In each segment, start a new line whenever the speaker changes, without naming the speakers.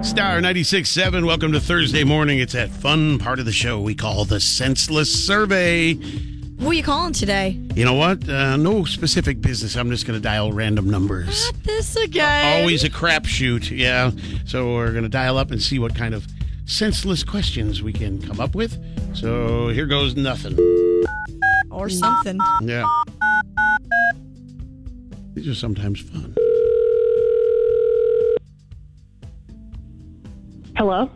Star 96.7, welcome to Thursday morning. It's that fun part of the show we call the Senseless Survey.
What are you calling today?
You know what? Uh, no specific business. I'm just going to dial random numbers.
Not this again.
Always a crapshoot, yeah. So we're going to dial up and see what kind of senseless questions we can come up with. So here goes nothing.
Or something.
Yeah. These are sometimes fun.
Hello.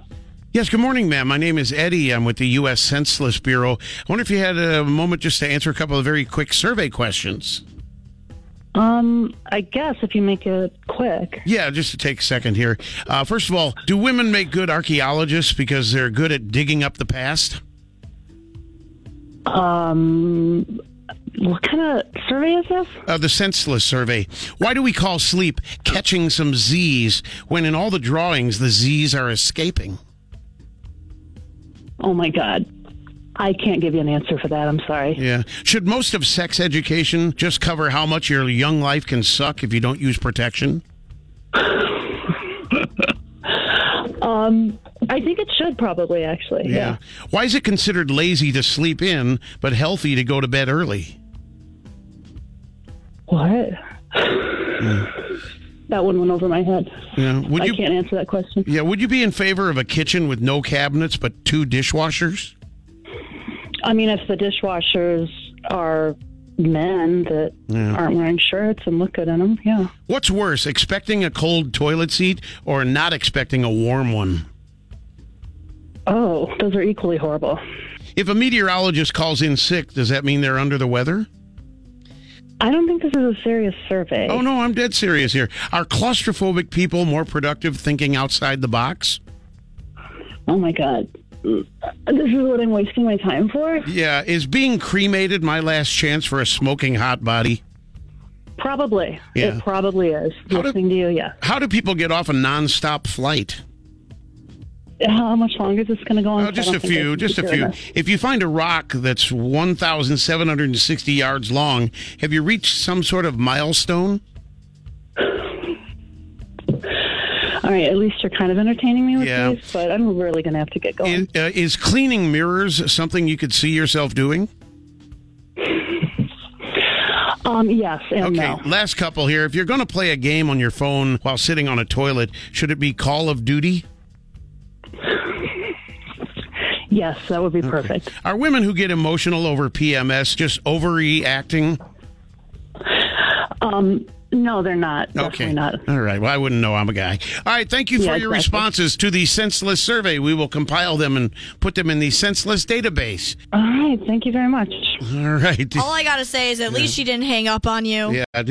Yes, good morning, ma'am. My name is Eddie. I'm with the U.S. Senseless Bureau. I wonder if you had a moment just to answer a couple of very quick survey questions.
Um, I guess if you make it quick.
Yeah, just to take a second here. Uh, first of all, do women make good archaeologists because they're good at digging up the past?
Um, what kind of survey is this?
Uh, the senseless survey. Why do we call sleep catching some Z's when in all the drawings the Z's are escaping?
Oh my God. I can't give you an answer for that. I'm sorry.
Yeah. Should most of sex education just cover how much your young life can suck if you don't use protection?
Um, I think it should probably actually. Yeah.
Why is it considered lazy to sleep in but healthy to go to bed early?
What? that one went over my head.
Yeah. Would
I
you
can't answer that question.
Yeah, would you be in favor of a kitchen with no cabinets but two dishwashers?
I mean, if the dishwashers are men that aren't wearing shirts and look good in them, yeah.
What's worse, expecting a cold toilet seat or not expecting a warm one?
Oh, those are equally horrible.
If a meteorologist calls in sick, does that mean they're under the weather?
I don't think this is a serious survey.
Oh no, I'm dead serious here. Are claustrophobic people more productive thinking outside the box?
Oh my god. This is what I'm wasting my time for?
Yeah, is being cremated my last chance for a smoking hot body?
Probably.
Yeah.
It probably is.
How do-
Listening to you, yeah.
How do people get off a nonstop flight?
How much longer is this going to go on?
Oh, just
I
a
don't think I
few,
can
just a
keep
few.
doing this.
If you find a rock that's 1,760 yards long, have you reached some sort of milestone?
All right, at least you're kind of entertaining me with
Yeah.
these, but I'm really going to have to get going.
Is, uh, is cleaning mirrors something you could see yourself doing?
um, yes and
Okay,
no.
last couple here. If you're going to play a game on your phone while sitting on a toilet, should it be Call of Duty?
Yes, that would be perfect.
Are women who get emotional over PMS just overreacting?
Um, no, they're not.
Okay.
Definitely not.
All right. Well, I wouldn't know. I'm a guy. All right. Thank you for
Yeah,
your
exactly.
responses to the senseless survey. We will compile them and put them in the senseless database.
All right, thank you very much.
All right.
All I gotta say is at least she didn't hang up on you.
Yeah.